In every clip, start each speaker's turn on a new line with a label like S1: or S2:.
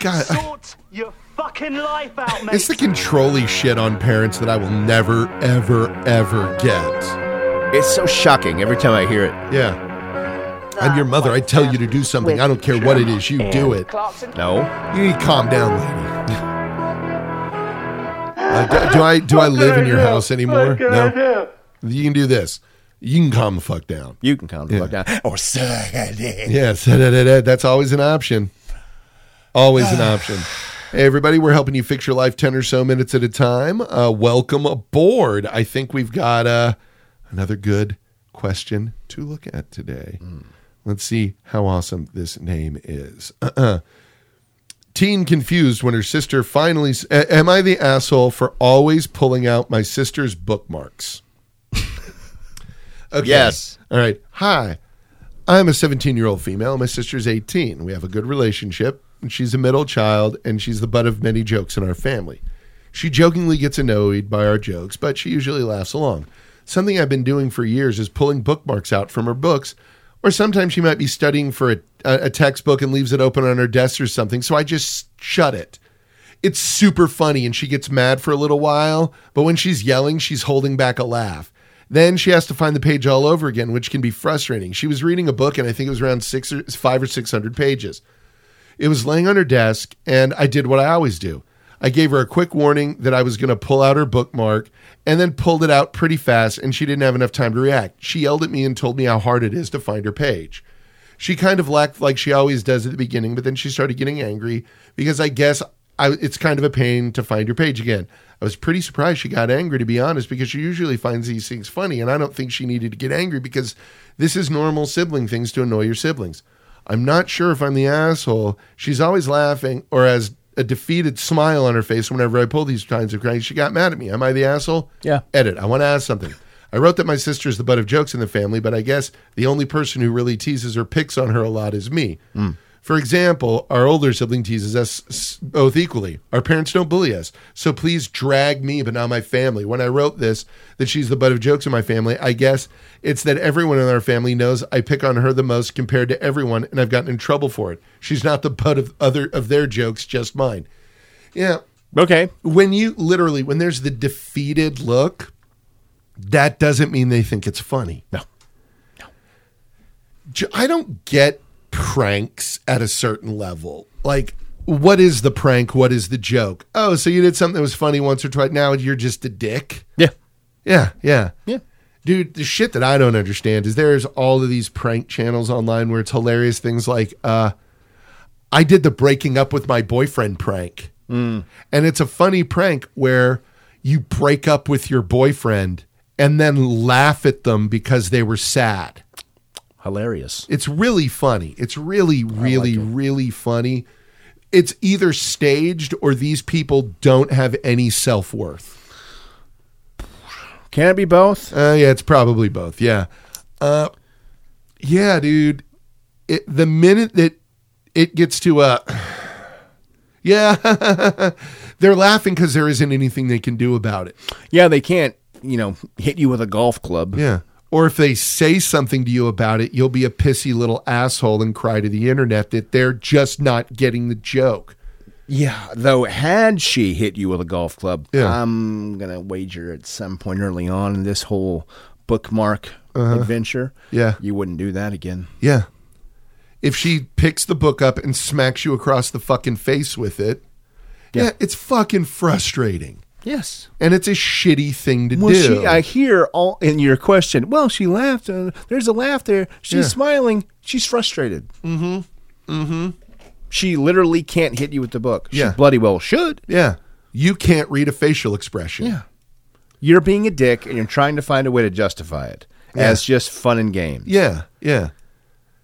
S1: God, I-
S2: Sort your fucking life out, mate.
S1: it's the controlly shit on parents that I will never, ever, ever get.
S3: It's so shocking every time I hear it.
S1: Yeah. I'm your mother. I tell you to do something. I don't care what it is. You do it.
S4: Clarkson.
S3: No.
S1: You need to calm down, lady. Uh, do, do I do I live in your house anymore? No. You can do this. You can calm the fuck down.
S3: You can calm the
S1: Yeah.
S3: fuck down. Or so I did.
S1: Yes, that's always an option. Always an option. Hey, everybody, we're helping you fix your life 10 or so minutes at a time. Uh, welcome aboard. I think we've got uh, another good question to look at today. Let's see how awesome this name is. Teen confused when her sister finally. s- A- Am I the asshole for always pulling out my sister's bookmarks? okay.
S3: Yes.
S1: All right. Hi. I'm a 17 year old female. My sister's 18. We have a good relationship. And she's a middle child, and she's the butt of many jokes in our family. She jokingly gets annoyed by our jokes, but she usually laughs along. Something I've been doing for years is pulling bookmarks out from her books, or sometimes she might be studying for a, a a textbook and leaves it open on her desk or something, so I just shut it. It's super funny, and she gets mad for a little while, but when she's yelling, she's holding back a laugh. Then she has to find the page all over again, which can be frustrating. She was reading a book, and I think it was around six or five or six hundred pages. It was laying on her desk, and I did what I always do. I gave her a quick warning that I was going to pull out her bookmark and then pulled it out pretty fast, and she didn't have enough time to react. She yelled at me and told me how hard it is to find her page. She kind of lacked like she always does at the beginning, but then she started getting angry because I guess I, it's kind of a pain to find her page again. I was pretty surprised she got angry, to be honest, because she usually finds these things funny, and I don't think she needed to get angry because this is normal sibling things to annoy your siblings. I'm not sure if I'm the asshole. She's always laughing or has a defeated smile on her face whenever I pull these kinds of cranks. She got mad at me. Am I the asshole?
S3: Yeah.
S1: Edit. I want to ask something. I wrote that my sister's the butt of jokes in the family, but I guess the only person who really teases or picks on her a lot is me. For example, our older sibling teases us s- both equally. Our parents don't bully us, so please drag me, but not my family. When I wrote this, that she's the butt of jokes in my family, I guess it's that everyone in our family knows I pick on her the most compared to everyone, and I've gotten in trouble for it. She's not the butt of other of their jokes, just mine. Yeah,
S3: Okay.
S1: when you literally when there's the defeated look that doesn't mean they think it's funny
S3: No.
S1: J- i don't get pranks at a certain level like what is the prank what is the joke oh so you did something that was funny once or twice now you're just a dick
S3: Yeah.
S1: yeah yeah
S3: Yeah.
S1: dude the shit that i don't understand is there's all of these prank channels online where it's hilarious things like uh i did the breaking up with my boyfriend prank and it's a funny prank where you break up with your boyfriend and then laugh at them because they were sad
S3: Hilarious.
S1: it's really funny. It's really, really, really funny. It's either staged or these people don't have any self worth.
S3: Can it be both?
S1: Uh, yeah, it's probably both. Yeah. Uh, yeah, dude. It, the minute that it gets to uh, yeah, they're laughing because there isn't anything they can do about it.
S3: Yeah, they can't, you know, hit you with a golf club.
S1: Yeah. Or if they say something to you about it, you'll be a pissy little asshole and cry to the internet that they're just not getting the joke.
S3: Yeah, though had she hit you with a golf club,
S1: Yeah.
S3: I'm gonna wager at some point early on in this whole bookmark adventure,
S1: Uh-huh. Yeah.
S3: you wouldn't do that again.
S1: Yeah. If she picks the book up and smacks you across the fucking face with it, yeah,
S3: Yeah.
S1: it's fucking frustrating.
S3: Yes.
S1: And it's a shitty thing to
S3: Well,
S1: do.
S3: she, I hear all in your question. Well, she laughed. Uh, there's a laugh there. She's
S1: Yeah.
S3: smiling. She's frustrated. Mm-hmm. Mm-hmm. She literally can't hit you with the book.
S1: Yeah.
S3: She bloody well should.
S1: yeah. You can't read a facial expression.
S3: You're being a dick, and you're trying to find a way to justify it as just fun and games.
S1: Yeah. Yeah.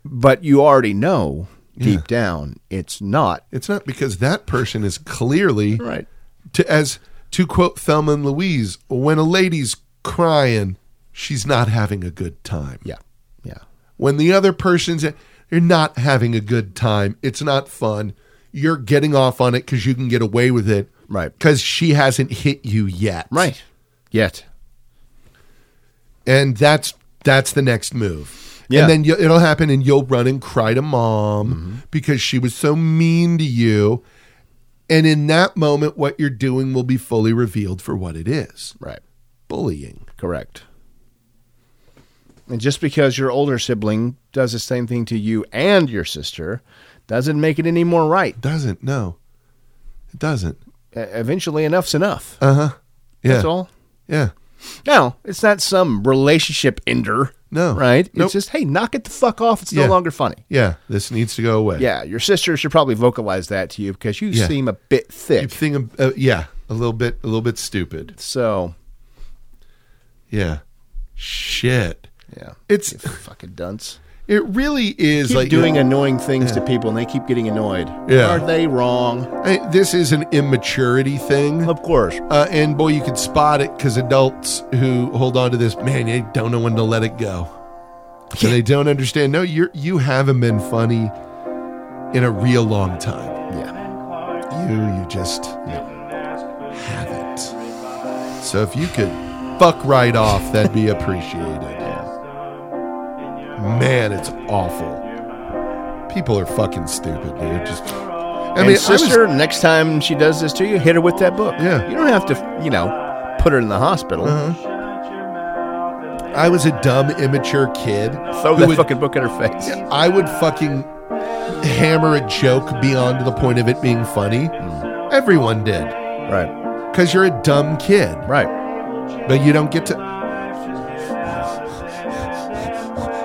S3: but you already know deep down it's not
S1: It's not because that person is clearly
S3: right.
S1: to as to quote Thelma and Louise, when a lady's crying, she's not having a good time.
S3: Yeah, yeah,
S1: when the other person's you're not having a good time it's not fun you're getting off on it because you can get away with it
S3: Right.
S1: because she hasn't hit you yet
S3: right. Yet,
S1: and that's that's the next move
S3: Yeah. Mm-hmm.
S1: and then you, it'll happen and you'll run and cry to mom because she was so mean to you And in that moment, what you're doing will be fully revealed for what it is
S3: Right.
S1: bullying.
S3: Correct. And just because your older sibling does the same thing to you and your sister doesn't make it any more right.
S1: Doesn't, no. It doesn't.
S3: E- Eventually, enough's enough.
S1: Uh huh. Yeah.
S3: That's all.
S1: Yeah.
S3: No, it's not some relationship ender.
S1: No.
S3: Right?
S1: Nope.
S3: It's just, hey, knock it the fuck off. It's
S1: Yeah.
S3: no longer funny.
S1: Yeah. This needs to go away.
S3: Yeah, your sister should probably vocalize that to you because you
S1: Yeah.
S3: seem a bit
S1: You
S3: thick.
S1: think, uh, yeah, a little bit, a little bit stupid.
S3: so,
S1: Yeah. Shit.
S3: yeah.
S1: It's,
S3: You fucking dunce.
S1: it really is
S3: Keep
S1: like
S3: doing annoying things to people and they keep getting annoyed.
S1: Yeah.
S3: Are they wrong?
S1: I- this is an immaturity thing.
S3: Of course.
S1: Uh, and boy, you could spot it because adults who hold on to this, man, they don't know when to let it go. So they don't understand. No, you you haven't been funny in a real long time.
S3: Yeah.
S1: You you just haven't. So if you could fuck right off, that'd be appreciated. Man, it's awful. People are fucking stupid, dude. Just I
S3: I
S1: mean,
S3: mean,
S1: I was-
S3: sister, next time she does this to you, hit her with that book.
S1: Yeah. Uh-huh.
S3: You don't have to, you know, put her in the hospital.
S1: I was a dumb, immature kid.
S3: Throw
S1: who
S3: that
S1: would-
S3: fucking book at her face.
S1: Yeah, I would fucking hammer a joke beyond the point of it being funny. Everyone did.
S3: Right.
S1: Because you're a dumb kid,
S3: Right.
S1: but you don't get to.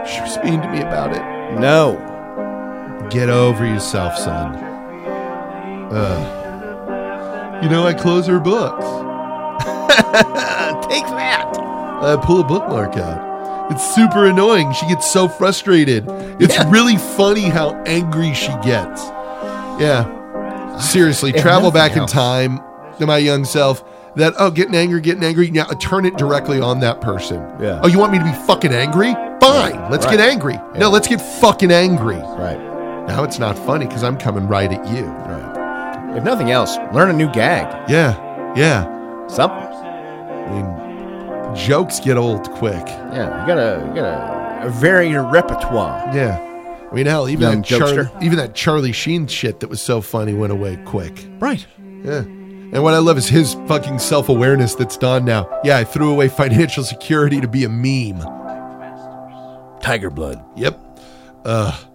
S1: She was mean to me about it.
S3: No.
S1: Get over yourself, son. Ugh. You know, I close her books.
S3: Take that.
S1: I uh, pull a bookmark out. It's super annoying. She gets so frustrated. It's really funny how angry she gets. Yeah. Seriously,
S3: If
S1: travel
S3: nothing
S1: back
S3: else.
S1: in time to my young self. That oh, getting angry, getting angry. Now turn it directly on that person.
S3: Yeah.
S1: Oh, you want me to be fucking angry? Fine. Let's get
S3: Right.
S1: angry. No, let's get fucking angry.
S3: Right.
S1: Now it's not funny because I'm coming right at you.
S3: Right. If nothing else, learn a new gag.
S1: Yeah. Yeah.
S3: Something.
S1: I mean, jokes get old quick.
S3: Yeah. You gotta, you gotta vary your repertoire.
S1: Yeah. I mean, hell, even
S3: Young
S1: that, Char-
S3: jokester.
S1: even that Charlie Sheen shit that was so funny went away quick.
S3: Right.
S1: Yeah. And what I love is his fucking self awareness that's done now. Yeah, I threw away financial security to be a meme.
S3: Tiger blood.
S1: Yep. Uh,